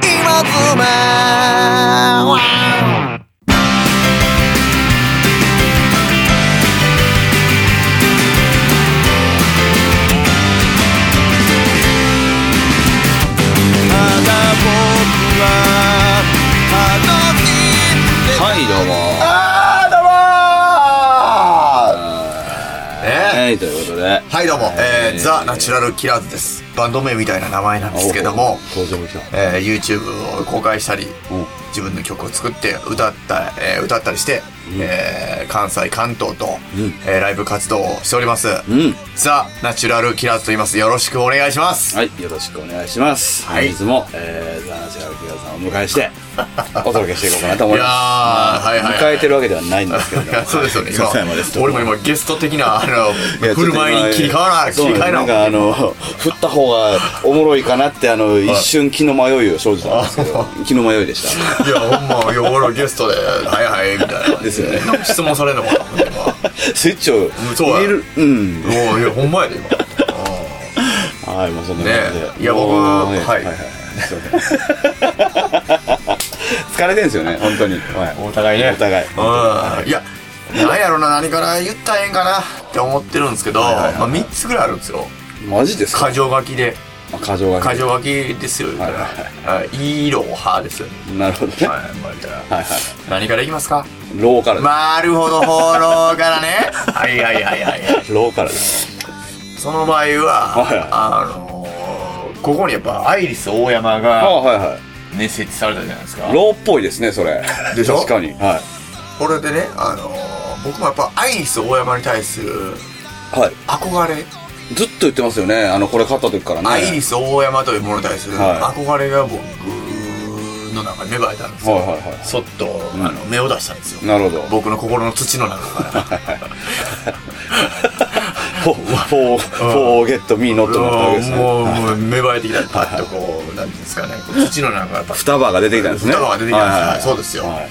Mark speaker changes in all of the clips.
Speaker 1: 爪
Speaker 2: はいどうも
Speaker 1: ね
Speaker 2: はいということで
Speaker 1: はいどうも、えー、ザ・ナチュラル・キラーズです。バンド名みたいな名前なんですけども、
Speaker 2: 登場も来た
Speaker 1: えー、YouTube を公開したり、
Speaker 2: うん
Speaker 1: 自分の曲を作って歌った、えー歌ったりして、えー関西関東と、
Speaker 2: うん
Speaker 1: えーライブ活動をしております、
Speaker 2: うん
Speaker 1: ザ・ナチュラル・キラーズと言いますよろしくお願いします、
Speaker 2: はいよろしくお願いします
Speaker 1: はい
Speaker 2: 本日もえーザ・ナチュラル・キラーさんをお迎 えしてお届けしていこうかなと思いま
Speaker 1: い
Speaker 2: す
Speaker 1: やーはいはいはい
Speaker 2: 迎えてるわけではないんですけれ
Speaker 1: い
Speaker 2: ど
Speaker 1: や
Speaker 2: も
Speaker 1: そうですよね今
Speaker 2: 笹山です
Speaker 1: 俺も今ゲスト的なあ
Speaker 2: い
Speaker 1: の
Speaker 2: やちょ
Speaker 1: 振
Speaker 2: っ
Speaker 1: る
Speaker 2: と今
Speaker 1: 舞いに切り替わらな切
Speaker 2: そう
Speaker 1: り
Speaker 2: な
Speaker 1: 替え
Speaker 2: んですな
Speaker 1: なん
Speaker 2: かあの振った方がおもろいかなってあの一瞬気の迷いを生じたんですけど気の迷いでした
Speaker 1: いやほんまいや俺ゲストで「はいはい」みたいな
Speaker 2: ですよね
Speaker 1: なんか質問されるのかな思って
Speaker 2: スイッチを
Speaker 1: そうや
Speaker 2: 入れるうん
Speaker 1: 今もういやほんまやで今
Speaker 2: はい、もうそんな感じで。
Speaker 1: ねえいや僕
Speaker 2: もうね
Speaker 1: はい
Speaker 2: すいません 疲れてんすよね、本当に。はい
Speaker 1: お互いね
Speaker 2: お互い。
Speaker 1: うんいや何やろな何から言ったらええんかなって思ってるんですけど、
Speaker 2: いはいはい
Speaker 1: まあ、3つぐらいあるんですよ
Speaker 2: マジですか
Speaker 1: 箇条書きで
Speaker 2: あ過剰が
Speaker 1: 箇。条書きですよ言うたら
Speaker 2: はい
Speaker 1: はいいいろはですよね
Speaker 2: なるほどね。は
Speaker 1: はいまあ言うたら
Speaker 2: いはい。
Speaker 1: 何からいきますか
Speaker 2: ローカルで
Speaker 1: なるほど放浪から ねはいはいはいはいはい
Speaker 2: す。ローカルです。
Speaker 1: その場合
Speaker 2: はいはい
Speaker 1: はあのーここにやっぱアイリス大山
Speaker 2: あ
Speaker 1: が
Speaker 2: はいは
Speaker 1: ね設置されたじゃないですか
Speaker 2: い。ローっぽいですね、それ。
Speaker 1: でしょ
Speaker 2: 確かに。は
Speaker 1: これでねあのー僕もやっぱアイリス大山に対する
Speaker 2: い。はい。
Speaker 1: 憧れ
Speaker 2: ずっと言ってますよね、あの、これ買った時からね。
Speaker 1: アイリス大山というものに対する
Speaker 2: は
Speaker 1: 憧れが僕の中に芽生えたんですよ、
Speaker 2: はいはいはい
Speaker 1: そっと、あの目を出したんですよ
Speaker 2: なるほど。
Speaker 1: 僕の心の土の中 から
Speaker 2: フォー、フォー、フォーゲットミーノットのったわけですね。
Speaker 1: もうもう芽生えてきたパッとこう何ていうんですかねこう土の中からパッと
Speaker 2: 双葉が出てきたんですね。
Speaker 1: 双葉が出てきたんです
Speaker 2: はいはいはい
Speaker 1: そうですよ
Speaker 2: はい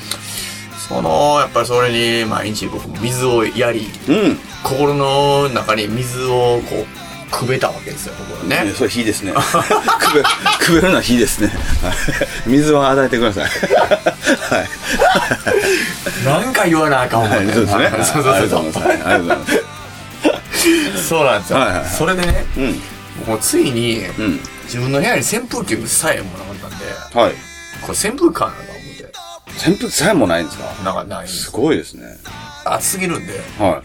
Speaker 1: そのやっぱりそれに毎日僕も水をやり
Speaker 2: うん。
Speaker 1: 心の中に水をこうくべたわけですよ僕はね、
Speaker 2: えそれ火ですね くべくべるのは火ですねはい水を与えてくださいはい
Speaker 1: なんか言わなあかんもん
Speaker 2: はい
Speaker 1: ね、
Speaker 2: そうですね
Speaker 1: そうそうそうそう
Speaker 2: はいありがとうございますはいありがとうございます
Speaker 1: そうなんですよ、
Speaker 2: はいはいはい
Speaker 1: それでねもうついに、
Speaker 2: うんうん
Speaker 1: 自分の部屋に扇風機さえもなかったんで、
Speaker 2: はい
Speaker 1: これ扇風カーなんか思って、
Speaker 2: 扇風機さえもないんですか
Speaker 1: なんかない。
Speaker 2: すごいですね
Speaker 1: 暑すぎるんで、
Speaker 2: は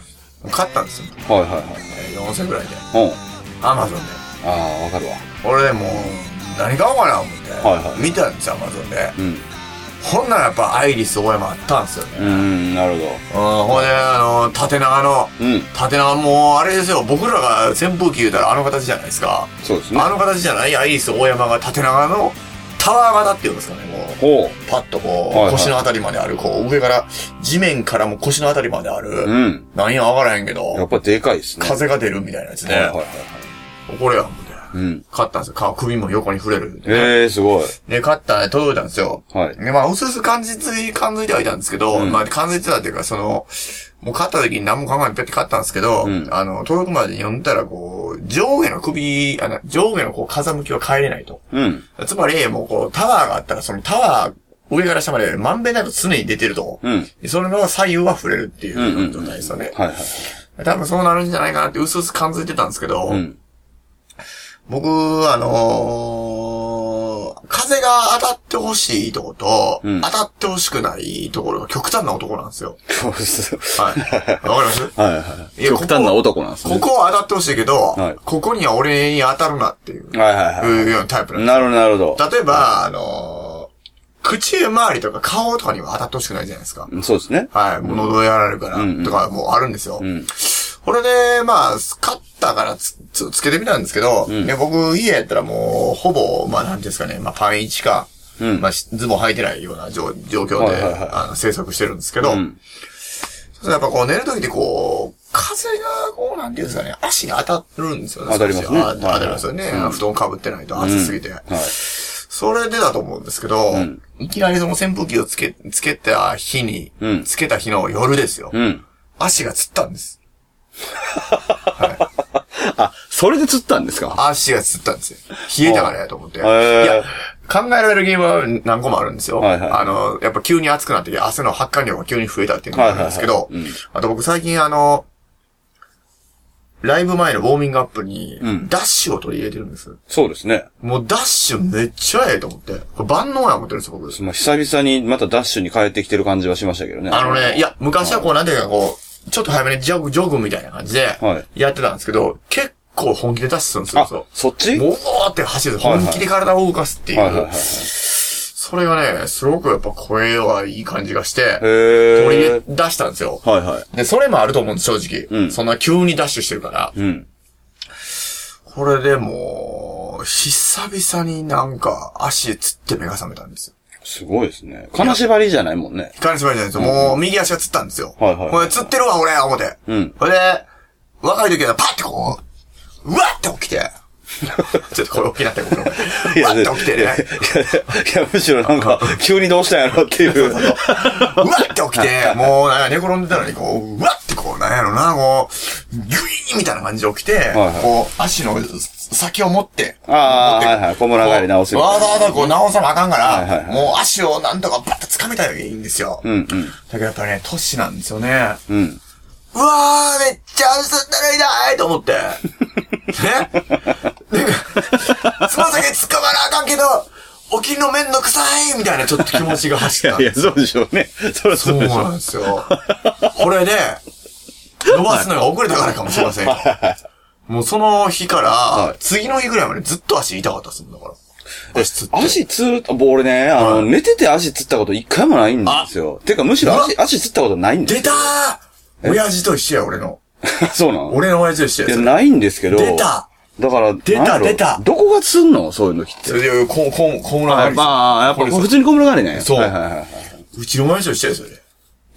Speaker 1: 買ったんですよ。
Speaker 2: いはいはいはい
Speaker 1: えー4000ぐらいで。
Speaker 2: うん
Speaker 1: アマゾンで。
Speaker 2: ああわかるわ
Speaker 1: 俺でもう、何買おうかな思って、
Speaker 2: はいはい
Speaker 1: 見たんですよ、アマゾンで。
Speaker 2: うん
Speaker 1: ほんならやっぱアイリス大山あったんですよね。
Speaker 2: うーんなるほ
Speaker 1: うん、ほんで、あの、縦長の、
Speaker 2: どうん
Speaker 1: 縦長もうあれですよ、僕らが扇風機言うたらあの形じゃないですか。
Speaker 2: そうですね
Speaker 1: あの形じゃないアイリス大山が縦長のタワー型っていうんですかね、もう。
Speaker 2: ほ
Speaker 1: パッとこ
Speaker 2: はいは
Speaker 1: う、
Speaker 2: い
Speaker 1: 腰のあたりまである、こう、上から、地面からも腰のあたりまであ
Speaker 2: うう
Speaker 1: る、
Speaker 2: ん
Speaker 1: なんやわからへんけ
Speaker 2: やっ
Speaker 1: ど、
Speaker 2: ぱでかいですね
Speaker 1: 風が出るみたいなやつ
Speaker 2: はいはい
Speaker 1: ね
Speaker 2: は。い
Speaker 1: これやもんね。
Speaker 2: うん
Speaker 1: 買ったんですよ。顔首も横に触れる。
Speaker 2: ええすごい
Speaker 1: で、買ったね、届いたんですよ。
Speaker 2: はい
Speaker 1: で、まあ、うすうす感じつい、感づいてはいたんですけど、
Speaker 2: うん
Speaker 1: まあ、感づいてたっていうか、その、もう買った時に何も考えてペッて買ったんですけど、
Speaker 2: うん
Speaker 1: あの、届くまでに読んだら、こう、上下の首、あの、上下のこう、風向きは変えれないと。
Speaker 2: うん
Speaker 1: つまり、もうこう、タワーがあったら、そのタワー、上から下まで、まんべんなく常に出てると。
Speaker 2: うん
Speaker 1: でそれの左右は触れるってい
Speaker 2: んうんう
Speaker 1: うん状態ですよね。
Speaker 2: はいはい
Speaker 1: 多分そうなるんじゃないかなって、うすうす感づいてたんですけど、
Speaker 2: うん
Speaker 1: 僕、あのー風が当たってほしいとこと、
Speaker 2: うん
Speaker 1: 当たってほしくないところが極端な男なんですよ。
Speaker 2: そうです
Speaker 1: はい。 わかります
Speaker 2: はいはい。
Speaker 1: いや
Speaker 2: 極端な男なんですね。
Speaker 1: ここは当たってほしいけど、
Speaker 2: はい
Speaker 1: ここには俺に当たるなっていう、
Speaker 2: はいはい
Speaker 1: いうようなタイプ
Speaker 2: は。
Speaker 1: ないんで
Speaker 2: なるほど、なるほど。
Speaker 1: す。例えば、あのー口周りとか顔とかには当たってほしくないじゃないですか。
Speaker 2: そうですね。
Speaker 1: はい。もう喉やられるから、
Speaker 2: うんうん
Speaker 1: とかもうあるんですよ。
Speaker 2: うん。
Speaker 1: これで、まあ、買ったからつ、つ、つけてみたんですけど、
Speaker 2: ん
Speaker 1: ね、僕、家やったらもう、ほぼ、まあ、なんていうんですかね、まあ、パン1か、
Speaker 2: うん
Speaker 1: まあ、しズボン履いてないような状状況で、
Speaker 2: はいはいはい
Speaker 1: あの、制作してるんですけど、
Speaker 2: うん
Speaker 1: そしたらやっぱこう、寝るときってこう、風が、こう、なんていうんですかね、足に当たるんですよね。
Speaker 2: 当たりますね
Speaker 1: 少しあ当たりますよね。
Speaker 2: うん
Speaker 1: 布団かぶってないと暑すぎて。
Speaker 2: はい。
Speaker 1: それでだと思うんですけど、
Speaker 2: ん
Speaker 1: いきなりその扇風機をつけ、つけた日に、
Speaker 2: うん
Speaker 1: つけた日の夜ですよ。
Speaker 2: うん。
Speaker 1: 足がつったんです。
Speaker 2: あ、それで釣ったんですか
Speaker 1: 足がつったんですよ。冷えたからやと思って。い
Speaker 2: ー
Speaker 1: や、考えられるゲームは何個もあるんですよ。
Speaker 2: はいはい
Speaker 1: あの、やっぱ急に暑くなってきて、汗の発汗量が急に増えたっていうのがあるんですけど
Speaker 2: はいはいはいうん、
Speaker 1: あと僕最近あの、ライブ前のウォーミングアップに
Speaker 2: ん、
Speaker 1: ダッシュを取り入れてるんです。
Speaker 2: そうですね。
Speaker 1: もうダッシュめっちゃええと思って。これ万能や思ってるんですよ、僕。
Speaker 2: まあ、久々にまたダッシュに帰ってきてる感じはしましたけどね。
Speaker 1: あのね、いや、昔はこう、なんていうかこう、ちょっと早めにジョグ、ジョグみたいな感じで
Speaker 2: は、
Speaker 1: やってたんですけど、結構本気でダッシュするんですよ。
Speaker 2: あ
Speaker 1: そう、
Speaker 2: そっち
Speaker 1: もうーって走る。
Speaker 2: はいはい
Speaker 1: 本気で体を動かすってい
Speaker 2: はいはいは
Speaker 1: う
Speaker 2: い。。
Speaker 1: それがね、すごくやっぱ声はいい感じがして、取り入
Speaker 2: へ
Speaker 1: れ
Speaker 2: ー。
Speaker 1: 出したんですよ。
Speaker 2: はいはい。
Speaker 1: で、それもあると思うんです、正直。
Speaker 2: ん
Speaker 1: そんな急にダッシュしてるから。
Speaker 2: うん。
Speaker 1: これでもう、久々になんか足つって目が覚めたんですよ。
Speaker 2: すごいですね。金縛りじゃないもんね。
Speaker 1: 彼氏までじゃないですよ。もう、右足がつったんですよ。
Speaker 2: はいはい
Speaker 1: これ、つってるわ、俺、思って。
Speaker 2: ん
Speaker 1: これで、若い時はパッてこう、うわって起き て。ちょっとこれ大きなってこと。うわって起きて
Speaker 2: いや、
Speaker 1: ね
Speaker 2: い。やいやむしろなんか、急にどうしたんやろっ ていう。
Speaker 1: うわって起き て、もう、なんか寝転んでたのに、こう、うわってこう、なんやろな、こう、ギュイーンみたいな感じで起きて、
Speaker 2: はい
Speaker 1: こう、足の先を持って、
Speaker 2: ああ、はいはい。小村
Speaker 1: こう
Speaker 2: がり直すみた
Speaker 1: わ
Speaker 2: い
Speaker 1: ざ
Speaker 2: な。
Speaker 1: わざこう直さなあかんから、
Speaker 2: いはいはい
Speaker 1: もう足をなんとかバッと掴めたらいいんですよ。
Speaker 2: うんうん。
Speaker 1: だけどやっぱりね、都市なんですよね。
Speaker 2: うん。
Speaker 1: うわー、めっちゃ足つったら痛いと 思って。ねでつま先つかまなあかんけど、おきの面の臭いみたいなちょっと気持ちが走
Speaker 2: い
Speaker 1: った
Speaker 2: やい。や、そうでしょうね。そら
Speaker 1: そ
Speaker 2: そう
Speaker 1: う
Speaker 2: でしょ
Speaker 1: なんですよ。これで、伸ばすのが遅れたからかもしれません。もうその日から、次の日ぐらいまでずっと足痛かったですもんだから。足つって。
Speaker 2: 足つると、もう俺ね、あの、寝てて足つったこと一回もないんですよ。てか、むしろ足、足つったことないんで
Speaker 1: 出たー親父と一緒や、俺の。
Speaker 2: す そうなの
Speaker 1: 俺の親父と一緒や
Speaker 2: いや、
Speaker 1: それ。
Speaker 2: ないんですけど。
Speaker 1: 出た
Speaker 2: だから、
Speaker 1: 出た
Speaker 2: なんやろ
Speaker 1: 出た
Speaker 2: どこがつんのそういうのきって
Speaker 1: そ。れで、こう、こう、こうな
Speaker 2: あ
Speaker 1: る。
Speaker 2: まあ、やっぱ、
Speaker 1: これさ
Speaker 2: 普通に小室がりね。
Speaker 1: そう
Speaker 2: はいはいはいう
Speaker 1: ちの親父と一緒や、それ。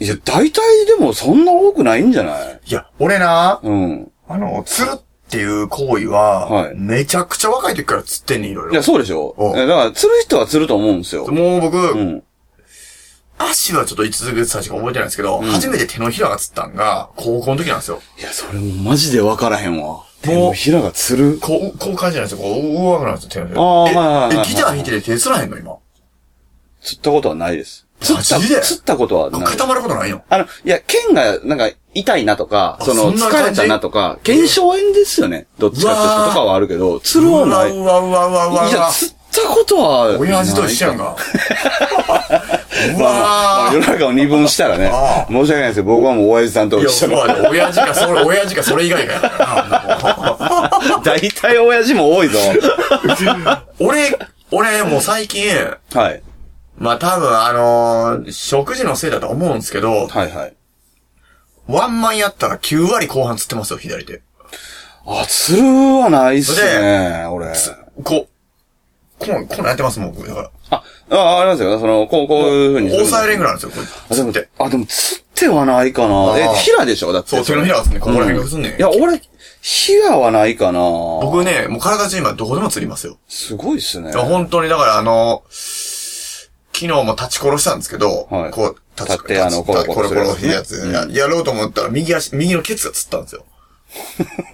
Speaker 2: いや、大体でもそんな多くないんじゃない
Speaker 1: いや、俺な、
Speaker 2: うん。
Speaker 1: あの、釣るっていう行為は、
Speaker 2: はい
Speaker 1: めちゃくちゃ若い時から釣ってんねん、いろい
Speaker 2: い
Speaker 1: ろ
Speaker 2: や、。そうでしょ
Speaker 1: うん
Speaker 2: いやだから、釣る人は釣ると思うんですよ。
Speaker 1: もう僕、
Speaker 2: うん。
Speaker 1: 足はちょっといつぐ最初か覚えてないんですけど、初めて手のひらが釣ったんが、高校の時なんですよ。
Speaker 2: いや、それもマジで分からへんわ。手のひらが釣る。
Speaker 1: こう、こう感じなんですよ。こう、上手くなるんですよ、手のひら。え
Speaker 2: あーはいはいはいはい
Speaker 1: え、ギター弾いてて手釣らへんの、今。
Speaker 2: 釣ったことはないです。釣っ
Speaker 1: マジで
Speaker 2: た、釣ったことはない。
Speaker 1: 固まることないの。
Speaker 2: あの、いや、剣が、なんか、痛いなとか、
Speaker 1: あ
Speaker 2: その、
Speaker 1: そんな
Speaker 2: 疲
Speaker 1: 感
Speaker 2: れ
Speaker 1: じ
Speaker 2: たなとか、腱鞘炎ですよね。どっちかっていう
Speaker 1: うわ
Speaker 2: と
Speaker 1: ー
Speaker 2: とかはあるけど、釣る
Speaker 1: う
Speaker 2: は
Speaker 1: わ
Speaker 2: な
Speaker 1: う
Speaker 2: い。
Speaker 1: わうわうわうわ
Speaker 2: いや、釣ったことはない。
Speaker 1: 親父と一緒やんか。う
Speaker 2: まあまあま
Speaker 1: わ
Speaker 2: あ世の中を二分したらね
Speaker 1: ああ、
Speaker 2: 申し訳ないですけど、僕はもう親父さんと
Speaker 1: いや、
Speaker 2: 一
Speaker 1: そ
Speaker 2: 緒
Speaker 1: う
Speaker 2: の。
Speaker 1: やで親父か、それ、親父か、それ以外かやからな。
Speaker 2: 大体親父も多いぞ。
Speaker 1: 俺、俺、もう最近、
Speaker 2: はい。
Speaker 1: まあ多分あのー食事のせいだと思うんですけど、
Speaker 2: はいはい。
Speaker 1: ワンマンやったら9割後半釣ってますよ、左手。
Speaker 2: あ、釣るはないっすね、俺。
Speaker 1: こう、こう、こうやってますもん、僕。だから。
Speaker 2: あ、あ、ありますよ。その、こう、こういうふうに。
Speaker 1: 抑えれんぐらいなんですよ、こう。
Speaker 2: あ、で
Speaker 1: 釣
Speaker 2: も
Speaker 1: って。、
Speaker 2: あ、でも、釣ってはないかな。
Speaker 1: あ
Speaker 2: え
Speaker 1: あ、
Speaker 2: ヒラでしょだって。
Speaker 1: そう、手のひらが釣んねん、ここら辺が釣んねん。
Speaker 2: いや、俺、ヒラはないかな。
Speaker 1: 僕ね、もう体中今どこでも釣りますよ。
Speaker 2: すごいっすね。
Speaker 1: いや本当にだからあの、昨日も立ち殺したんですけど、
Speaker 2: はい
Speaker 1: こう、立ち
Speaker 2: 立ってあの
Speaker 1: 立ち
Speaker 2: コロコロ
Speaker 1: コロコロってやつ、
Speaker 2: するや
Speaker 1: や。やろうと思ったら右足、右のケツが釣ったんですよ。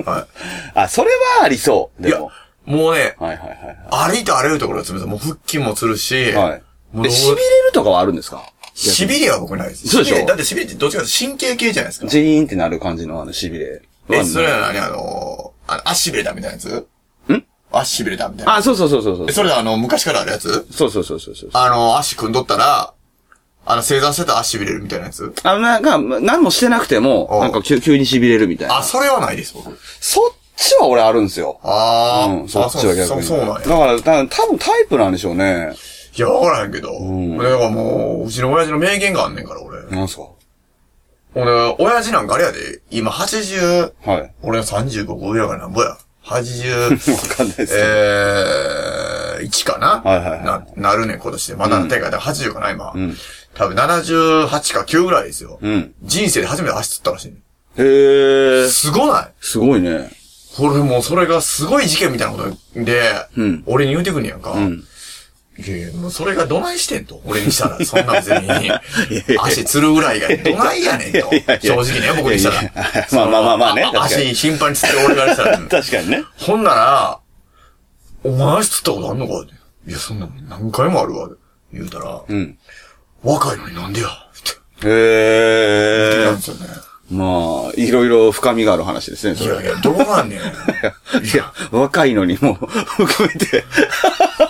Speaker 1: は
Speaker 2: あ、それはありそう。
Speaker 1: い。い
Speaker 2: で
Speaker 1: や、
Speaker 2: も。
Speaker 1: もうね、
Speaker 2: はいはいはい
Speaker 1: 歩いて歩るところが釣るんですよ。もう腹筋も釣るし、
Speaker 2: はい。はい
Speaker 1: も。う
Speaker 2: え、痺れるとかはあるんですか
Speaker 1: しびれは僕ないです。
Speaker 2: そうでしょ
Speaker 1: 痺れだってしびれってどっちかというと神経系じゃないですか。
Speaker 2: ジーンってなる感じのあの、痺れ。
Speaker 1: え、それは何あの、あの、足痺れたみたいなやつ
Speaker 2: ん
Speaker 1: 足痺れたみたいな。
Speaker 2: あ、そうそうそうそうそう
Speaker 1: え。それあの、昔からあるやつ
Speaker 2: そうそうそうそうそう。
Speaker 1: あの、足組んどったら、あの、正座してたら足痺れるみたいなやつ
Speaker 2: あ、なんか、何もしてなくても、
Speaker 1: うん
Speaker 2: なんか急急に痺れるみたいな。
Speaker 1: あ、それはないです、僕。
Speaker 2: そっちは俺あるんですよ。
Speaker 1: ああ、
Speaker 2: うん、そっちは
Speaker 1: あ
Speaker 2: 逆
Speaker 1: そう
Speaker 2: に。
Speaker 1: そうそうなん
Speaker 2: だ
Speaker 1: や。
Speaker 2: から、た多分タイプなんでしょうね。
Speaker 1: いや、わからへんけど。だからもう、うちの親父の名言があんねんから、俺。
Speaker 2: なんすか
Speaker 1: 俺、親父なんかあれやで、今80、
Speaker 2: はい。わ
Speaker 1: 俺35個上やからなんぼや。80、
Speaker 2: かんないです。
Speaker 1: えー、1かな、
Speaker 2: はいはいはい
Speaker 1: な、なるねん、今年で。まだ、てか、80かな、今。多分78か9ぐらいですよ。
Speaker 2: うん。
Speaker 1: 人生で初めて足つったらしいねん。
Speaker 2: へえ。
Speaker 1: すごない
Speaker 2: すごいね。
Speaker 1: 俺もうそれがすごい事件みたいなことで、
Speaker 2: うん
Speaker 1: 俺に言うてくんねやんか。いやいやもうそれがどないしてんと。俺にした ら、そんな別に。足つるぐらいがどないやねんと。正直ね、僕にした
Speaker 2: いやい
Speaker 1: ら。
Speaker 2: やまあまあまあまあね
Speaker 1: その
Speaker 2: 確かに
Speaker 1: 足頻繁につってる俺からしたら。
Speaker 2: 確かにね。
Speaker 1: ほんなら、お前足つったことあんのかっていや、そんなの何回もあるわ。言うたら、
Speaker 2: うん。
Speaker 1: 若いのになんでやって
Speaker 2: へ
Speaker 1: 言ってたん
Speaker 2: え
Speaker 1: で。すよね。
Speaker 2: まあ、いろいろ深みがある話ですね、そ
Speaker 1: い
Speaker 2: れ
Speaker 1: やいや、どうなん ねん。
Speaker 2: いや、若いのにも含めて。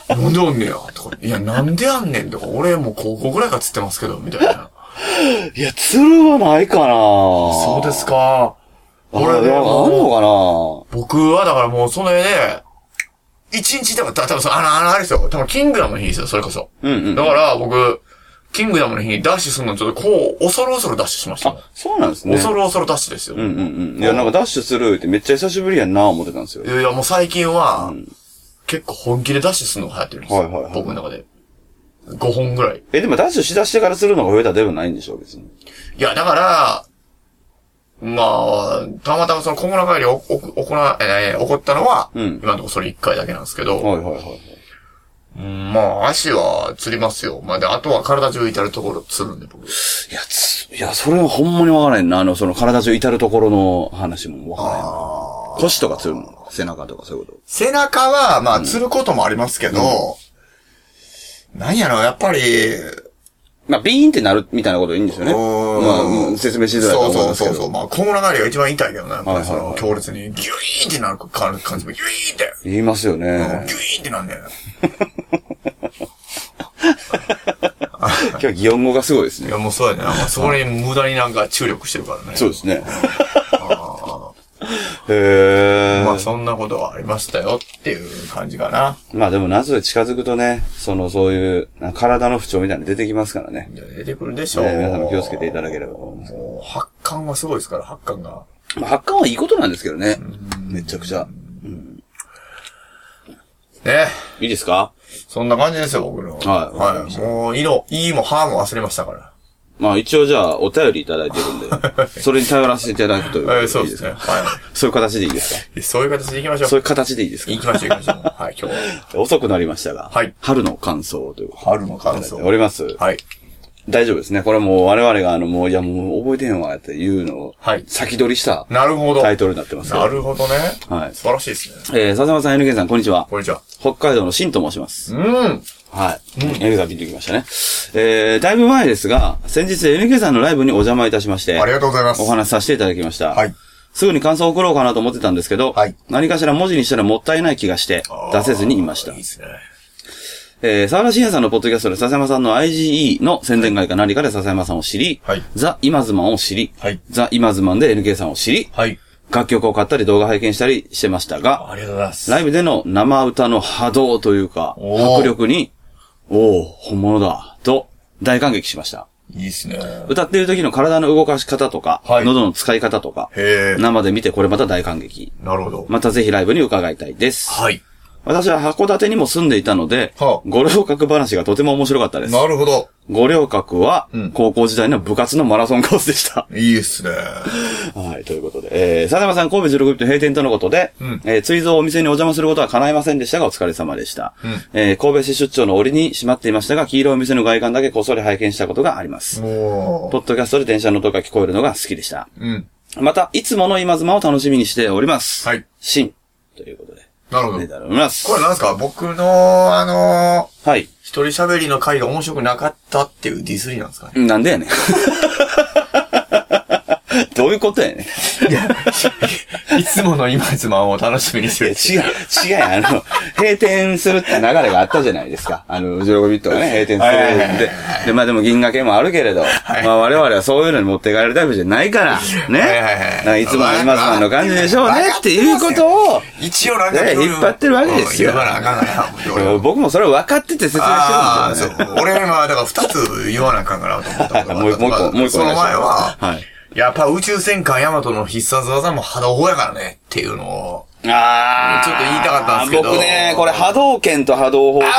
Speaker 1: なんであんねや、とか。いや、なんであんねんとか、俺もう高校ぐらいからつってますけど、みたいな。
Speaker 2: いや、つるはないかな
Speaker 1: そう
Speaker 2: そう
Speaker 1: ですか。俺
Speaker 2: あれ、あん
Speaker 1: もう、
Speaker 2: の
Speaker 1: 僕はだからもうその絵で、一日だから、た多分そのあの、あの、あれですよ。多分キングダムの日ですよ、それこそ。
Speaker 2: うんうん
Speaker 1: だから僕、キングダムの日にダッシュするのちょっとこう、恐る恐るダッシュしました
Speaker 2: か
Speaker 1: よ
Speaker 2: な。あ、そうなんですね。
Speaker 1: 恐る恐るダッシュですよ。
Speaker 2: うんうんうん。いや、なんかダッシュするってめっちゃ久しぶりやんな思ってたんですよ
Speaker 1: い。やいや、もう最近は、結構本気でダッシュするのが流行ってるんですよ。
Speaker 2: はいはいはい
Speaker 1: 僕の中で。5本ぐらい。
Speaker 2: え、でもダッシュしだしてからするのが増えたではないんでしょう、別に。
Speaker 1: いや、だから、まあ、たまたまその小村帰りお、お、おこな、えー、起こったのは、
Speaker 2: うん
Speaker 1: 今のところそれ1回だけなんですけ
Speaker 2: は
Speaker 1: ど、
Speaker 2: いはいはい。
Speaker 1: うんまあ、足はつりますよ。まあ、で、あとは体中至るところつるんで、僕。
Speaker 2: いや、つ、いや、それはほんまにわからへんな。あの、その体中至るところの話もわからへんな。腰とかつるの背中とかそういうこ
Speaker 1: 背中は、まあ、つることもありますけど、なんやろ、やっぱり、
Speaker 2: と。まあ、ビーンってなるみたいなことでいいんですよね。ま
Speaker 1: おー
Speaker 2: あうん、説明しづらいと
Speaker 1: そう
Speaker 2: 思うん
Speaker 1: そ
Speaker 2: で
Speaker 1: うそ
Speaker 2: すけど。
Speaker 1: うそう。まあ、小村帰りが一番痛いけどね。やっぱりそ
Speaker 2: はいはい
Speaker 1: の
Speaker 2: は、い
Speaker 1: 強烈に、ギュイーンってなる感感じも、ギュイーンって。
Speaker 2: 言いますよね
Speaker 1: ギ。ュイーンってなんだよ。
Speaker 2: 今日、擬音語がすごいです
Speaker 1: い
Speaker 2: ね。
Speaker 1: や、もうそうやね。まあそこに無駄になんか注力してるからね。
Speaker 2: そうですね。 へ
Speaker 1: まあ
Speaker 2: ー。
Speaker 1: そんなことがありましたよっていう感じかな。
Speaker 2: まあでも、夏で近づくとね、その、そういう、なんか体の不調みたいなの出てきますからね。
Speaker 1: いや出てくるでしょう。
Speaker 2: ね皆さんも気をつけていただければと思います。
Speaker 1: もう発汗はすごいですから、発汗が。
Speaker 2: まあ、発汗はいいことなんですけどね。めちゃくちゃ。
Speaker 1: ね。
Speaker 2: いいですか
Speaker 1: そんな感じですよ、僕の。
Speaker 2: はい
Speaker 1: はい。もう、いの、いいもはも忘れましたから。
Speaker 2: まあ一応じゃあお便りいただいてるんで、それに頼らせていただくという。
Speaker 1: えーそうですね。
Speaker 2: いいか
Speaker 1: は
Speaker 2: そういう形でいいですか
Speaker 1: い。そういう形で行きましょ
Speaker 2: そう
Speaker 1: う
Speaker 2: いう。形でいいですか
Speaker 1: 行きましょう、行 きましょう。はい、今日は。
Speaker 2: 遅くなりましたが、
Speaker 1: はい
Speaker 2: 春の感想ということ
Speaker 1: 春の感
Speaker 2: で
Speaker 1: 想。
Speaker 2: おります、
Speaker 1: はい。
Speaker 2: 大丈夫ですね。これもう我々があのもう、いやもう覚えてへんわっていうのを
Speaker 1: はい
Speaker 2: 先取りした
Speaker 1: なるほど。
Speaker 2: タイ
Speaker 1: な
Speaker 2: トルになってますけど。
Speaker 1: るほどね。
Speaker 2: はい
Speaker 1: 素晴らしいですね。
Speaker 2: えー、笹山さん、NK さん、こんにちは。
Speaker 1: こんにちは。
Speaker 2: 北海道のシンと申します。
Speaker 1: うん。
Speaker 2: はい。NK さん、ピンときましたね。えー、だいぶ前ですが、先日 NK さんのライブにお邪魔いたしまして、
Speaker 1: ありがとうございます。
Speaker 2: お話しさせていただきました。
Speaker 1: はい。
Speaker 2: すぐに感想を送ろうかなと思ってたんですけど、
Speaker 1: はい
Speaker 2: 何かしら文字にしたらもったいない気がして、出せずにいました
Speaker 1: いい。ですね。
Speaker 2: えー、沢田信也さんのポッドキャストで笹山さんの IGE の宣伝会か何かで笹山さんを知り、
Speaker 1: はい
Speaker 2: ザ・イマズマンを知り、
Speaker 1: はい
Speaker 2: ザ・イマズマンで NK さんを知り、
Speaker 1: はい。
Speaker 2: 楽曲を買ったり動画拝見したりしてましたが、
Speaker 1: ありがとうございます。
Speaker 2: ライブでの生歌の波動というか、
Speaker 1: おー
Speaker 2: 迫力に、おお本物だ、と大感激しました。
Speaker 1: いいですね。
Speaker 2: 歌っている時の体の動かし方とか、
Speaker 1: はい
Speaker 2: 喉の使い方とか、
Speaker 1: へえ。
Speaker 2: 生で見てこれまた大感激。
Speaker 1: なるほど。
Speaker 2: またぜひライブに伺いたいです。
Speaker 1: はい。
Speaker 2: 私は函館にも住んでいたので、
Speaker 1: はあ
Speaker 2: 五稜郭話がとても面白かったです。
Speaker 1: なるほど。
Speaker 2: 五稜郭は
Speaker 1: ん、
Speaker 2: 高校時代の部活のマラソンコース でした。
Speaker 1: いいですね。
Speaker 2: はい、ということで、えー、さだまさん神戸16日の閉店とのことで、
Speaker 1: ん
Speaker 2: えー、追蔵お店にお邪魔することは叶いませんでしたが、お疲れ様でした。えー、神戸市出張の折に閉まっていましたが、黄色いお店の外観だけこっそり拝見したことがあります。
Speaker 1: も
Speaker 2: ポッドキャストで電車の音が聞こえるのが好きでした。
Speaker 1: う。うん。
Speaker 2: また、いつもの今妻を楽しみにしております。
Speaker 1: はい。
Speaker 2: シン。ということで。
Speaker 1: なるほ
Speaker 2: あり
Speaker 1: ど。
Speaker 2: がとうございます。
Speaker 1: これなんですか僕の、あのー、
Speaker 2: はい。
Speaker 1: 一人喋りの回が面白くなかったっていうディスりなん ですかね。
Speaker 2: なんでやねん。どういうことやねん。
Speaker 1: いつもの今妻を楽しみにし
Speaker 2: いや、違う、違うやんあの、閉店するって流れがあったじゃないですか。あの、16ビットがね、閉店
Speaker 1: はいはいはいはい
Speaker 2: するんで。で、まあでも銀河系もあるけれど、まあ我々はそういうのに持っていかれるタイプじゃないから、ね。
Speaker 1: はいはいはい
Speaker 2: だからいつもの今さんの感じでしょうね
Speaker 1: わかっ、
Speaker 2: っ
Speaker 1: ま
Speaker 2: てて
Speaker 1: すよ
Speaker 2: いうことを、
Speaker 1: 一応なんか
Speaker 2: ね
Speaker 1: いろいろ
Speaker 2: 引っ張ってるわけですよ
Speaker 1: うん言わなあかんから、思って俺は。
Speaker 2: 僕もそれを分かってて説明
Speaker 1: ああ、
Speaker 2: して
Speaker 1: そう
Speaker 2: る
Speaker 1: ん
Speaker 2: だよね。。
Speaker 1: 俺は、だから二つ言わなあかんからと思ったことがあ
Speaker 2: もう一
Speaker 1: った
Speaker 2: 個、もう一個、もう一個
Speaker 1: そ
Speaker 2: お
Speaker 1: の
Speaker 2: 願いします
Speaker 1: 前は、
Speaker 2: はい。
Speaker 1: やっぱ宇宙戦艦ヤマトの必殺技も波動砲やからねっていうのを。
Speaker 2: ああ。
Speaker 1: ちょっと言いたかったんですけど
Speaker 2: 僕ね、これ波動拳と波動砲とね、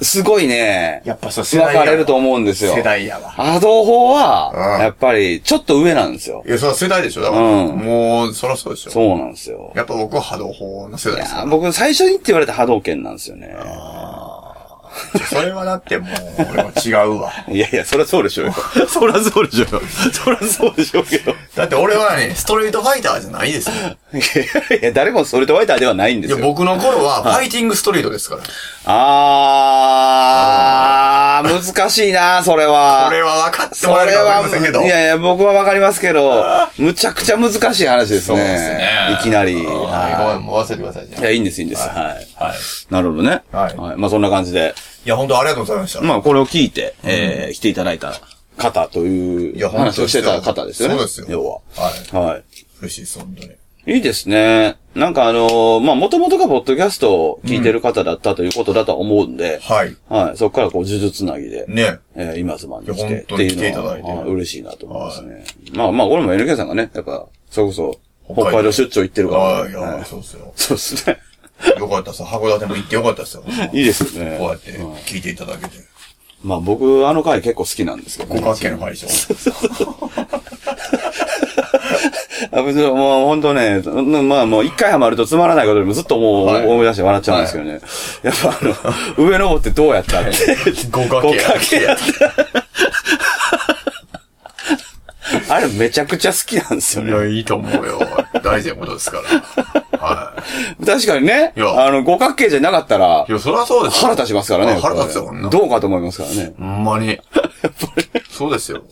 Speaker 2: すごいね、
Speaker 1: やっぱそう、
Speaker 2: 分かれると思うんですよ。
Speaker 1: 世代やわ。
Speaker 2: 波動砲
Speaker 1: う
Speaker 2: は
Speaker 1: ん、
Speaker 2: やっぱり、ちょっと上なんですよ。
Speaker 1: いや、それは世代でしょだから、
Speaker 2: うん
Speaker 1: もう、そらそうでしょ
Speaker 2: そうなんですよ。
Speaker 1: やっぱ僕は波動砲の世代ですよ。
Speaker 2: 僕、最初にって言われた波動拳なんですよね。
Speaker 1: それはだってもう、俺は違うわ。
Speaker 2: いやいや、そりゃそうでしょうよ。そりゃそうでしょうよ。そりゃそうでしょうけど。
Speaker 1: だって俺はね、ストレートファイターじゃないですよ。
Speaker 2: いやいや、誰もストリートファイターではないんで
Speaker 1: い
Speaker 2: す
Speaker 1: や、
Speaker 2: よ。
Speaker 1: 僕の頃は、ファイティングストリートですから。
Speaker 2: あー、難しいな、それは。
Speaker 1: これは分かって
Speaker 2: そ
Speaker 1: もらえる
Speaker 2: れ
Speaker 1: か
Speaker 2: は
Speaker 1: 分かりませんけど。
Speaker 2: いやいや、僕はわかりますけど、むちゃくちゃ難しい話です
Speaker 1: そ
Speaker 2: ね。
Speaker 1: うですね。
Speaker 2: いきなり。
Speaker 1: は。
Speaker 2: はい
Speaker 1: ごめん、もう忘れてくださいね
Speaker 2: い。い。や、いいんです、いいんです。はい。
Speaker 1: はい。
Speaker 2: なるほどね。
Speaker 1: はい
Speaker 2: まあ、そんな感じで。
Speaker 1: いや、本当ありがとうございました。
Speaker 2: まあ、これを聞いて、えー、来ていただいた方と
Speaker 1: い
Speaker 2: いう
Speaker 1: や本当です
Speaker 2: 話
Speaker 1: よ
Speaker 2: をしてた方ですよね。
Speaker 1: そうですよ
Speaker 2: 要
Speaker 1: は
Speaker 2: は。はい。
Speaker 1: い。嬉しいです、本当に。
Speaker 2: いいですね。なんかあのーまあ、もともとがポッドキャストを聞いてる方だったということだとは思うんで、
Speaker 1: はい。
Speaker 2: はい。そこからこう、呪術つなぎで、
Speaker 1: ね。
Speaker 2: えー今妻に来
Speaker 1: いや
Speaker 2: て
Speaker 1: 本
Speaker 2: って
Speaker 1: 当に来て
Speaker 2: い
Speaker 1: いうた
Speaker 2: の
Speaker 1: だいて
Speaker 2: は、はい嬉しいなと思いますね。まあまあ、俺も NK さんがね、やっぱ、それこそ、
Speaker 1: 北海
Speaker 2: 北
Speaker 1: 道
Speaker 2: 海道出張行ってるから、
Speaker 1: ああ、い
Speaker 2: は
Speaker 1: や、
Speaker 2: い
Speaker 1: そうっすよ。
Speaker 2: そうですね。
Speaker 1: よかったっす。函館も行ってよかったっすよ。
Speaker 2: いいですね
Speaker 1: こうやって聞いていただけて。
Speaker 2: まあ僕、あの回結構好きなんですけど、
Speaker 1: 五角形の会社。
Speaker 2: あ別にもう本当ね、まあもう一回ハマるとつまらないことでもずっともう
Speaker 1: はい
Speaker 2: 思い出して笑っちゃうんですけどね。やっぱあの、上登ってどうやったって。
Speaker 1: 五角形。
Speaker 2: 五角形やあれめちゃくちゃ好きなんですよ
Speaker 1: い
Speaker 2: ね。
Speaker 1: や、いいと思うよ。 大事なことですから。は
Speaker 2: 確かにね、
Speaker 1: いや
Speaker 2: あの、五角形じゃなかったら
Speaker 1: い。い、や、そりゃそうですよ。
Speaker 2: 腹立ちますからね。
Speaker 1: あ腹立つ
Speaker 2: や
Speaker 1: よ
Speaker 2: っぱり
Speaker 1: こんな
Speaker 2: どうかと思いますからね。
Speaker 1: ほんまに。そうですよ。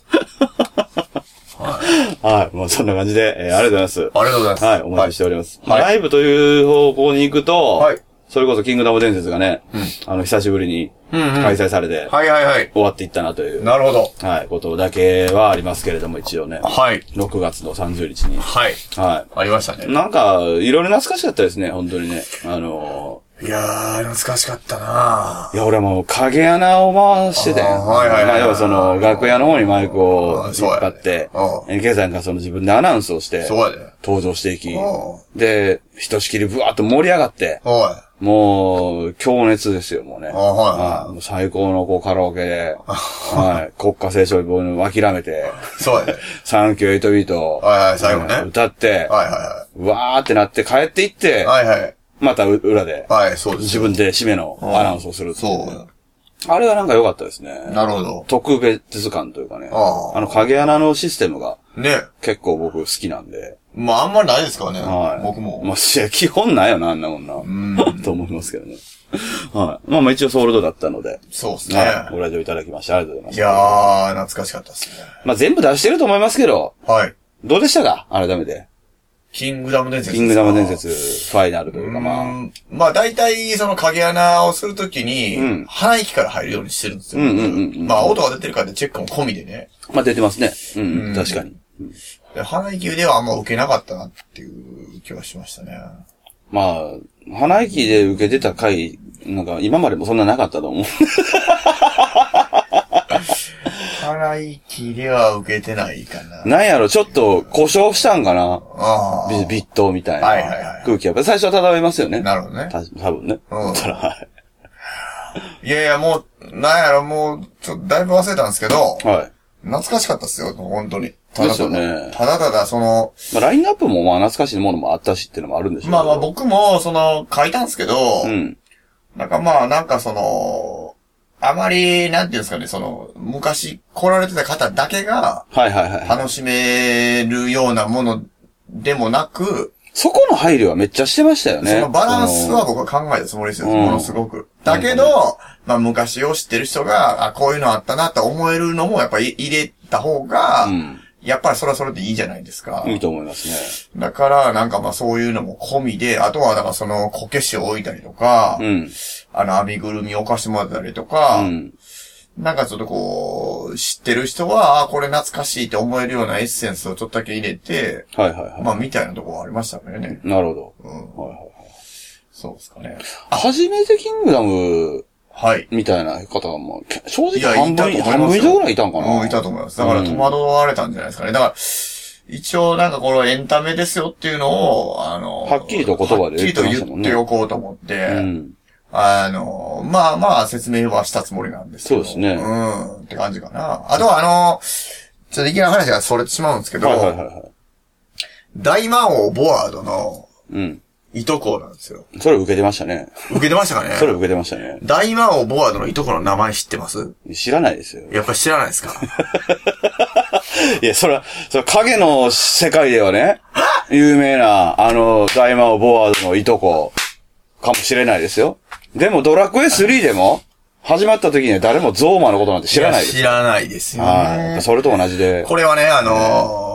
Speaker 2: はい。もうそんな感じで、えーありがとうございます。
Speaker 1: ありがとうございます。
Speaker 2: はい、お待ちしております。まあ
Speaker 1: はい
Speaker 2: ライブという方向に行くと、
Speaker 1: はい
Speaker 2: それこそキングダム伝説がね、あの、久しぶりに開催されて、
Speaker 1: はいはいはい。
Speaker 2: 終わっていったなという、
Speaker 1: なるほど。
Speaker 2: はい、ことだけはありますけれども、一応ね。
Speaker 1: はい。
Speaker 2: 6月の30日に。
Speaker 1: はい。
Speaker 2: は
Speaker 1: ありました
Speaker 2: い。
Speaker 1: ね。
Speaker 2: なんか、いろいろ懐かしかったですね、本当にね。あの
Speaker 1: いやー、懐かしかったな
Speaker 2: ー、いや、俺はもう影穴を回してたよ。
Speaker 1: あーはいはいはい
Speaker 2: まあ、要はその、楽屋の方にマイクを
Speaker 1: あー
Speaker 2: 引
Speaker 1: そう
Speaker 2: っ
Speaker 1: やね
Speaker 2: 張って
Speaker 1: あ、
Speaker 2: NK さんがその自分でアナウンスをして、
Speaker 1: そうやで。
Speaker 2: 登場していき
Speaker 1: あー、
Speaker 2: で、ひとしきりブワーッと盛り上がって、
Speaker 1: おい。
Speaker 2: もう、強熱ですよ、もうね。
Speaker 1: はい
Speaker 2: はいもう最高のこうカラオケで、 はい、国家斉唱を諦めて、
Speaker 1: そうやで。
Speaker 2: サンキュー8ビート。
Speaker 1: はいはい最後ね
Speaker 2: 歌って、
Speaker 1: はいは
Speaker 2: わーってなって帰っていって、
Speaker 1: いはい。はいはい。
Speaker 2: また裏で、
Speaker 1: はい、そうです
Speaker 2: 自
Speaker 1: よ。
Speaker 2: 分で締めのアナウンスをするっていう
Speaker 1: そ
Speaker 2: あれはなんか良かったですね。
Speaker 1: う。なるほど。
Speaker 2: 特別感というかね。
Speaker 1: あー
Speaker 2: の影穴のシステムが
Speaker 1: ね。
Speaker 2: 結構僕好きなんで。
Speaker 1: まあ、あんまりないですからね。
Speaker 2: はい。
Speaker 1: 僕も。
Speaker 2: まあ、いや基本ないよな、あんなもんな。 と思いますけどね。はい。まあまあ一応ソールドだったので。
Speaker 1: そうですね。
Speaker 2: はい。ご来場いただきましてありがとうございま
Speaker 1: い
Speaker 2: した。
Speaker 1: やー、懐かしかったですね。
Speaker 2: まあ全部出してると思いますけど、
Speaker 1: はい。
Speaker 2: どうでしたか改めて。
Speaker 1: キングダム伝説です
Speaker 2: キ
Speaker 1: か。
Speaker 2: ングダム伝説ファイナルというかま
Speaker 1: ま
Speaker 2: あ。
Speaker 1: あ、まあ大体、その影穴をするときに、鼻息から入るようにしてるんですよ。
Speaker 2: うんうんうん
Speaker 1: まあ、音が出てるからってチェックも込みでね。
Speaker 2: まあ出てますね。うん、うん、確かに。
Speaker 1: で鼻息ではあんま受けなかったなっていう気はしましたね。
Speaker 2: まあ、鼻息で受けてた回、なんか今までもそんななかったと思う。
Speaker 1: 鼻息では受けてないかな。
Speaker 2: なんやろ、ちょっと故障したんかな
Speaker 1: あ
Speaker 2: ビビットみたいな。
Speaker 1: はいはいはい
Speaker 2: 空気やっぱり最初は漂いますよね。
Speaker 1: あ。なるほどね。
Speaker 2: た多分ね。
Speaker 1: うん
Speaker 2: たらはい
Speaker 1: やいや、もう、なんやろ、もう、ちょっとだいぶ忘れたんですけど、
Speaker 2: い。はい。
Speaker 1: 懐かしかったっすよ、本当に。た
Speaker 2: で
Speaker 1: だ
Speaker 2: す
Speaker 1: た
Speaker 2: よ
Speaker 1: だ、
Speaker 2: ね
Speaker 1: ただただ、その、
Speaker 2: まあラインナップもまあ懐かしいものもあったしっていうのもあるんでしょうけ
Speaker 1: まあ
Speaker 2: ど
Speaker 1: まあ。僕も、その、書いたんですけど、
Speaker 2: うん。
Speaker 1: なんかまあ、なんかその、あまり、なんていうんですかね、その、昔来られてた方だけが
Speaker 2: はいはいはい。
Speaker 1: 楽しめるようなものでもなく、
Speaker 2: そこの配慮はめっちゃしてましたよね。
Speaker 1: そのバランスは
Speaker 2: その
Speaker 1: 僕は考えたつもりですよ、
Speaker 2: うん
Speaker 1: ものすごく。だけど、まあ昔を知ってる人が、あ、こういうのあったなと思えるのもやっぱり入れた方が、
Speaker 2: うん
Speaker 1: やっぱりそれはそれでいいじゃないですか。
Speaker 2: いいと思いますね。
Speaker 1: だから、なんかまあそういうのも込みで、あとはだからそのこけしを置いたりとか、
Speaker 2: うん。
Speaker 1: あの編みぐるみを置かしてもらったりとか、
Speaker 2: うん。
Speaker 1: なんかちょっとこう、知ってる人は、あーこれ懐かしいって思えるようなエッセンスをちょっとだけ入れて、
Speaker 2: はいはいは
Speaker 1: まあ、みたいなところはありましたよね。
Speaker 2: い。なるほど。
Speaker 1: うん。
Speaker 2: はいはいはい。
Speaker 1: そうですかね。
Speaker 2: 初めてキングダム
Speaker 1: はい。
Speaker 2: みたいな方がもう、け正直
Speaker 1: いや
Speaker 2: 半分
Speaker 1: いたと思いますよ
Speaker 2: 半分以上ぐらいいたんかな。
Speaker 1: うん、いたと思います。だから戸惑われたんじゃないですかね。だから、一応なんかこのエンタメですよっていうのを、あの、
Speaker 2: はっきりと言葉で
Speaker 1: はっき
Speaker 2: 言っ
Speaker 1: り
Speaker 2: て
Speaker 1: と
Speaker 2: ま
Speaker 1: 言
Speaker 2: したもん
Speaker 1: っ
Speaker 2: ね
Speaker 1: ておこうと思って、
Speaker 2: うん。
Speaker 1: あの、まあまあ説明はしたつもりなんですけど。
Speaker 2: そうですね
Speaker 1: うん、って感じかな。あとはあの、ちょっといきなり話がそれてしまうんですけど、
Speaker 2: はいはいはいはい。
Speaker 1: 大魔王ボワードの、
Speaker 2: うん。
Speaker 1: いとこなんですよ。
Speaker 2: それ受けてましたね。
Speaker 1: 受けてましたかね
Speaker 2: それ受けてましたね。
Speaker 1: 大魔王ボワードのいとこの名前知ってます
Speaker 2: 知らないですよ。
Speaker 1: やっぱり知らないですか
Speaker 2: いや、それは、それは影の世界ではね、有名な、あの、大魔王ボワードのいとこ、かもしれないですよ。でも、ドラクエ3でも、始まった時には誰もゾーマのことなんて知らないで
Speaker 1: 知
Speaker 2: す。
Speaker 1: らないですよ
Speaker 2: はい。やっ
Speaker 1: ね
Speaker 2: ぱ。それと同じで。
Speaker 1: これはね、あのー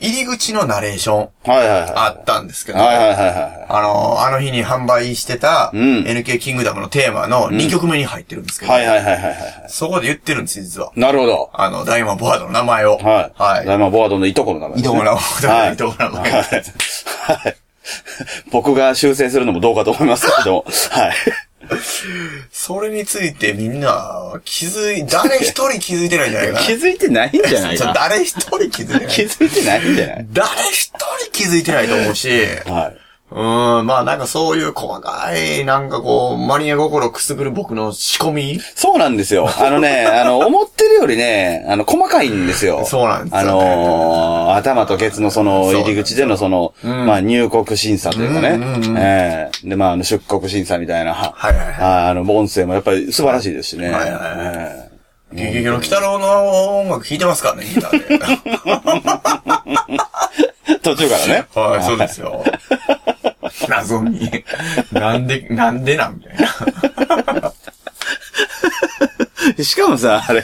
Speaker 1: 入り口のナレーション
Speaker 2: はいはいは
Speaker 1: あったんですけ
Speaker 2: い。
Speaker 1: ど、
Speaker 2: はいはい
Speaker 1: あ
Speaker 2: はいは
Speaker 1: のーあの日に販売してた、
Speaker 2: ん
Speaker 1: NK キングダムのテーマの2曲目に入ってるんですけ
Speaker 2: い。
Speaker 1: ど、
Speaker 2: はいはいはいはいは
Speaker 1: そこで言ってるんです、実は。
Speaker 2: い。なるほど。
Speaker 1: あの、ダイマンボワードの名前を。
Speaker 2: はい。
Speaker 1: はい。
Speaker 2: 大魔王ボワードのいとこの名前です
Speaker 1: 井
Speaker 2: ね。
Speaker 1: 戸村を、
Speaker 2: はい
Speaker 1: 井戸村の名
Speaker 2: は
Speaker 1: 前。
Speaker 2: い。はい。僕が修正するのもどうかと思いますけども、はい。
Speaker 1: それについてみんな気づい、誰一人気づいてないんじゃないかな。
Speaker 2: 気づいてないんじゃない
Speaker 1: ちょ
Speaker 2: かな。
Speaker 1: 誰一人気づいてな
Speaker 2: 気
Speaker 1: い。
Speaker 2: づいてないんじゃない
Speaker 1: 誰一人気づいてないと思うし、
Speaker 2: はい。
Speaker 1: うーん、まあなんかそういう細かい、なんかこう、マニア心くすぐる僕の仕込み
Speaker 2: そうなんですよ。あのね、あの、思ってるよりね、あの、細かいんですよ。
Speaker 1: そうなんですよ
Speaker 2: あのー頭とケツのその、
Speaker 1: そうなんですよ
Speaker 2: 入り口でのその、まあ、入国審査というかね。ええで、まあ、あの、出国審査みたいな。はい
Speaker 1: はいはい
Speaker 2: ああの、音声もやっぱり素晴らしいですしね。
Speaker 1: はいはいはい
Speaker 2: ええ
Speaker 1: ゲゲゲの鬼太郎の音楽聴いてますからね、ギターで。
Speaker 2: 途中か らね。
Speaker 1: はい、そうですよ。 謎に。なんで、なんでなんみたいな。
Speaker 2: しかもさ、あれ、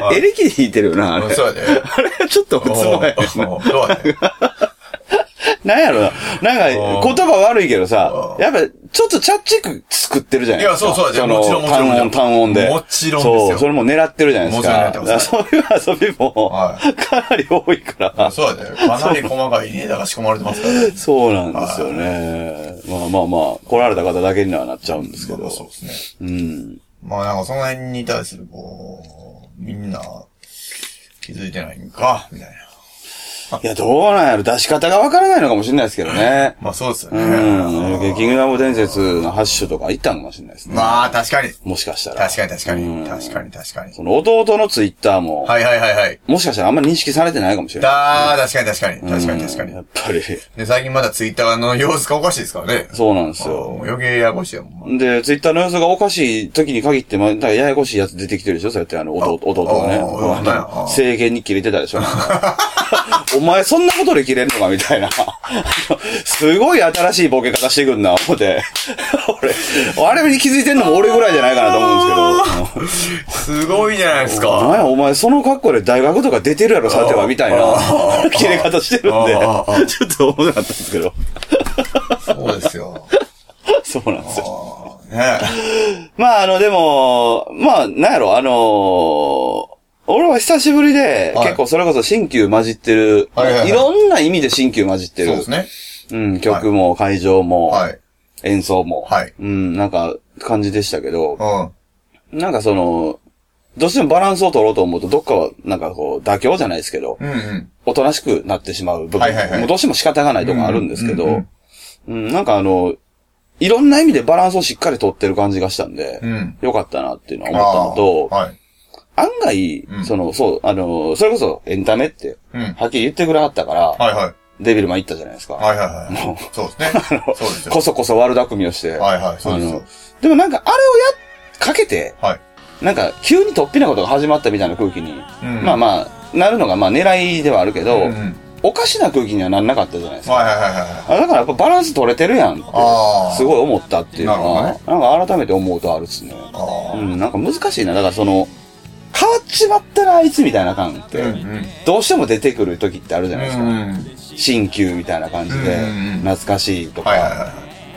Speaker 1: はい
Speaker 2: エレキで弾いてるよな、あれ。
Speaker 1: そうやで。
Speaker 2: あれちょっと不都合や
Speaker 1: おうおうそうやで。
Speaker 2: なんやろな。なん
Speaker 1: お
Speaker 2: か、言葉悪いけどさ
Speaker 1: お、
Speaker 2: やっぱ、ちょっとチャッチく作ってるじゃない
Speaker 1: い
Speaker 2: で
Speaker 1: や、
Speaker 2: すか。
Speaker 1: そうそうやで。
Speaker 2: の
Speaker 1: もちろん、もちろん。
Speaker 2: 単音、単音で。
Speaker 1: もちろん
Speaker 2: そう、
Speaker 1: です
Speaker 2: そ
Speaker 1: よ。
Speaker 2: れも狙ってるじゃないですか。
Speaker 1: もちろん狙ってます
Speaker 2: だから そういう遊びも
Speaker 1: は、
Speaker 2: かなり多いか ら。
Speaker 1: そうやで。かなり細かいネタが仕込まれてますからね。
Speaker 2: そうなんですよね。まあまあまあ、来られた方だけにはなっちゃうんですけ
Speaker 1: まあ
Speaker 2: ど。
Speaker 1: そうですね。
Speaker 2: うん。
Speaker 1: まあなんかその辺に対するこう、みんな気づいてないんか、みたいな。
Speaker 2: いや、どうなんやろ出し方がわからないのかもしれないですけどね。
Speaker 1: まあそうですよ
Speaker 2: う
Speaker 1: ね。
Speaker 2: ん。キングダム伝説のハッシュとか行ったのかもしれないですね。
Speaker 1: まあ確かに。
Speaker 2: もしかしたら。
Speaker 1: 確かに確か
Speaker 2: うん
Speaker 1: に。確かに確かに。
Speaker 2: その弟のツイッターも、
Speaker 1: はいはいはいはい。
Speaker 2: もしかしたらあんまり認識されてないかもしれない。
Speaker 1: だー、確かに確かに。確かに確か
Speaker 2: うん
Speaker 1: に
Speaker 2: や。っぱり、
Speaker 1: で、最近まだツイッターの様子がおかしいですからね。
Speaker 2: そうなんですよ。
Speaker 1: そう。余計ややこしいよ。もう
Speaker 2: で、ツイッターの様子がおかしい時に限って、まあ、だからややこしいやつ出てきてるでしょそうやって、あの、弟、弟がね
Speaker 1: あああ
Speaker 2: あ
Speaker 1: あ
Speaker 2: の。制限に切れてたでしょ お前そんなことで切れんのかみたいな。 すごい新しいボケ方してくんな、思って。 俺、あれに気づいてんのも俺ぐらいじゃないかなと思うんですけ
Speaker 1: す
Speaker 2: ど。
Speaker 1: ごいじゃないです
Speaker 2: なん
Speaker 1: か。
Speaker 2: や、お前、その格好で大学とか出てるやろ、さては、みたいな、 切れ方してるん で、ち
Speaker 1: あああ
Speaker 2: ょっと面白かったんですけど。
Speaker 1: そうですよ。
Speaker 2: そうなんですよ。
Speaker 1: あーね
Speaker 2: まあ、あの、でも、まあ、なんやろ、あのー俺は久しぶりで、
Speaker 1: はい
Speaker 2: 結構それこそ新旧混じってる、
Speaker 1: はいはいはい
Speaker 2: いろんな意味で新旧混じって
Speaker 1: え。
Speaker 2: る。
Speaker 1: そうですね。
Speaker 2: うん、曲も会場も、
Speaker 1: はい。
Speaker 2: 演奏も、
Speaker 1: はい
Speaker 2: うん、なんか感じでしたけど
Speaker 1: う、ん。
Speaker 2: なんかその、どうしてもバランスを取ろうと思うと、どっかは、なんかこう、妥協じゃないですけど、
Speaker 1: うんうん。
Speaker 2: おとなしくなってしまう部分、
Speaker 1: はいはいはい
Speaker 2: もうどうしても仕方がないとこあるんですけど、
Speaker 1: う
Speaker 2: うん
Speaker 1: う
Speaker 2: ん
Speaker 1: んうん
Speaker 2: なんかあの、いろんな意味でバランスをしっかり取ってる感じがしたんで、
Speaker 1: うん
Speaker 2: よかったなっていうのは
Speaker 1: あ
Speaker 2: 思ったのと
Speaker 1: ー、はい。
Speaker 2: 案外、
Speaker 1: うん
Speaker 2: その、そう、あの、それこそエンタメって、
Speaker 1: うん。はい
Speaker 2: はっきり言ってくれはったから、
Speaker 1: はい。
Speaker 2: デビルマン行ったじゃないですか。
Speaker 1: はいはいはい。そうですね。そうですよ
Speaker 2: こ。そこそ悪巧みをして。
Speaker 1: はいはい、そうです
Speaker 2: あ
Speaker 1: よ
Speaker 2: の。でもなんかあれをやっ、かけて、
Speaker 1: はい。
Speaker 2: なんか急に突飛なことが始まったみたいな空気に、
Speaker 1: うん
Speaker 2: まあまあ、なるのがまあ狙いではあるけど、
Speaker 1: うんうん
Speaker 2: おかしな空気にはなんなかったじゃないですか。
Speaker 1: はいはいはいはい。
Speaker 2: あだからやっぱバランス取れてるやんって
Speaker 1: あー、
Speaker 2: すごい思ったっていうのは、
Speaker 1: なる
Speaker 2: なんか改めて思うとあるっすね。
Speaker 1: あ
Speaker 2: うん、なんか難しいな。だからその、変わっちまったらあいつみたいな感って、
Speaker 1: ーうんうん
Speaker 2: どうしても出てくる時ってあるじゃないですか。
Speaker 1: うんうん
Speaker 2: 新旧みたいな感じで
Speaker 1: うんうんうん、
Speaker 2: 懐かしいとか、
Speaker 1: はいはいはい。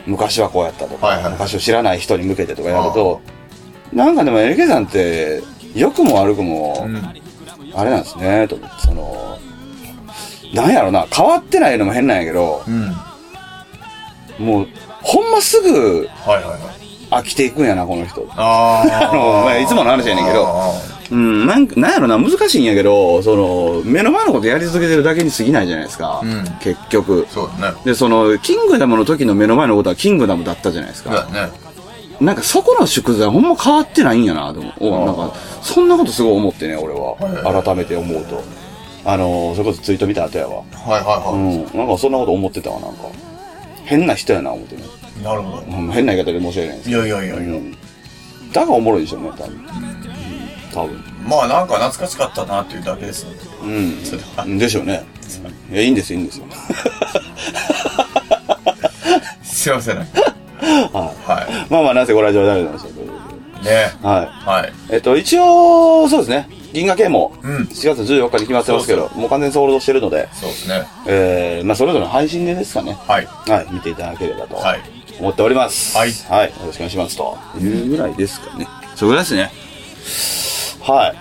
Speaker 2: 昔はこうやったとか、
Speaker 1: はいはい
Speaker 2: 昔を知らない人に向けてとかやると、なんかでも NK さんって、良くも悪くも、
Speaker 1: うん
Speaker 2: あれなんですね、と思って、その、なんやろな、変わってないのも変なんやけど、
Speaker 1: うん。
Speaker 2: もう、ほんますぐ
Speaker 1: はいはいはい。
Speaker 2: 飽きていくんやな、この人。
Speaker 1: あー
Speaker 2: あのまあいつもの話やねんけど
Speaker 1: あ
Speaker 2: うん、なんか、なんやろな、難しいんやけど、その、目の前のことやり続けてるだけに過ぎないじゃないですか。
Speaker 1: うん
Speaker 2: 結局
Speaker 1: ー。そうだね。
Speaker 2: で、その、キングダムの時の目の前のことはキングダムだったじゃないです
Speaker 1: そう
Speaker 2: か。
Speaker 1: だね。
Speaker 2: なんかそこの宿題ほんま変わってないんやな、でも。おなんか、そんなことすごい思ってね、俺
Speaker 1: は
Speaker 2: は。
Speaker 1: い
Speaker 2: 改めて思うと。あのー、それこそツイート見た後やわ。
Speaker 1: はいは
Speaker 2: うん、なんかそんなこと思ってたわ、なんか。変な人やな、思ってね。
Speaker 1: なるほど。
Speaker 2: うん変な言い方で申し訳ないんです
Speaker 1: いやいやいや
Speaker 2: け
Speaker 1: い
Speaker 2: ど。
Speaker 1: や。
Speaker 2: うんだからおもろいでしょうね、多分。多分。
Speaker 1: まあなんか懐かしかったなっていうだけですね。
Speaker 2: うん。
Speaker 1: それは。
Speaker 2: でしょうね。いや、いいんですよ、いいんです よ。
Speaker 1: すいません。はい。は
Speaker 2: まあまあ、なぜご来場ありがとうございましたというこ
Speaker 1: い。ね
Speaker 2: とで。はい。
Speaker 1: はい。
Speaker 2: えっと、一応、そうですね。銀河系も、
Speaker 1: うん
Speaker 2: 7月14日に決まってますけど、
Speaker 1: そ
Speaker 2: もう完全にソールドしてるので、
Speaker 1: そうですね。
Speaker 2: えー、まあ、それぞれの配信でですかね。
Speaker 1: はい。
Speaker 2: はい、見ていただければと
Speaker 1: はい
Speaker 2: 思っております。
Speaker 1: はい
Speaker 2: はい、よろしくお願いしますと。いうぐらいですかね。それぐらいですね。はい。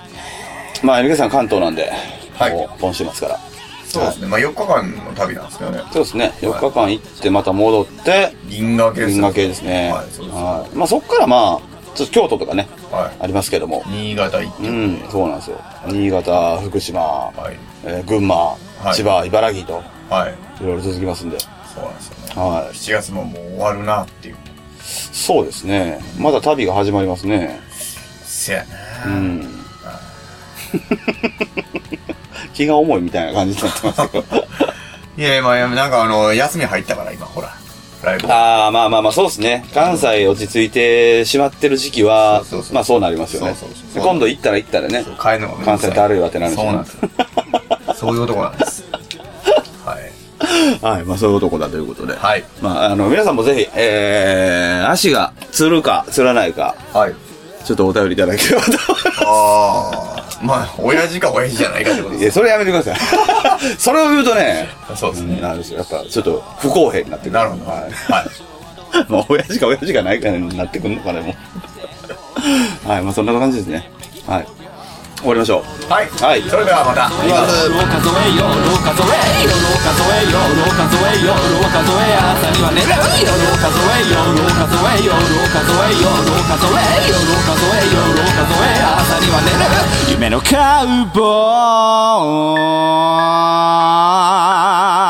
Speaker 2: まあ、NK さん関東なんで、
Speaker 1: はい
Speaker 2: もう今週末から。
Speaker 1: そうですね。まあ4日間の旅なんですけどね。
Speaker 2: そうですね。4日間行って、また戻って、
Speaker 1: 銀河系ですね
Speaker 2: 銀河系ですね。
Speaker 1: はい、そうです。
Speaker 2: はいまあ、そこからまあ、ちょっと京都とかね、
Speaker 1: は
Speaker 2: ありますけども
Speaker 1: い。。新潟行って、
Speaker 2: うん、そうなんですよ。新潟、福島、
Speaker 1: はい。
Speaker 2: えー群馬、
Speaker 1: はい
Speaker 2: 千葉、茨城と、
Speaker 1: はい。
Speaker 2: いろいろ続きますんで。
Speaker 1: そうなんですよね。
Speaker 2: はい。
Speaker 1: 7月ももう終わるなっていう。
Speaker 2: そうですね。まだ旅が始まりますね。
Speaker 1: せやね。
Speaker 2: うん。気が重いみたいな感じになってます けど。
Speaker 1: いや、まあ、なんかあの、休み入ったから今、ほら。ライブ。
Speaker 2: ああ、まあまあまあ、そうですね。関西落ち着いてしまってる時期は
Speaker 1: そうそうそ、う
Speaker 2: まあそうなりますよね
Speaker 1: そうそうそう。
Speaker 2: で今度行ったら行ったらね。
Speaker 1: 帰るのがめんど
Speaker 2: 関
Speaker 1: くさ
Speaker 2: 西だるいわってなるし
Speaker 1: そうなんですよ。そういう男なんです。はい。
Speaker 2: はい、まあそういう男だということで。
Speaker 1: はい。
Speaker 2: まあ、あの、皆さんもぜひ、えー、足がつるか、つらないか、
Speaker 1: はい。
Speaker 2: ちょっとお便りいただければと思います。
Speaker 1: ああ、まあ、親父か親父じゃないかってこと
Speaker 2: い
Speaker 1: で
Speaker 2: や、
Speaker 1: す。
Speaker 2: それやめてください。それを言うとね、
Speaker 1: そうですね。
Speaker 2: なんですよ。やっぱ、ちょっと不公平になってくる。
Speaker 1: なるほど。は。
Speaker 2: はいい。 まあ、親父か親父かないかになってくるのかね、もう。 はい、まあ、そんな感じですね。はい。終わりましょう。
Speaker 1: はい。
Speaker 2: はい
Speaker 1: それではまた。
Speaker 3: 夜を数えよう数えよう数えよう数えよう数え朝には寝る夜を数えよう数えよう数えよう数えよう数えよう数え朝には寝る夢のカウボーイ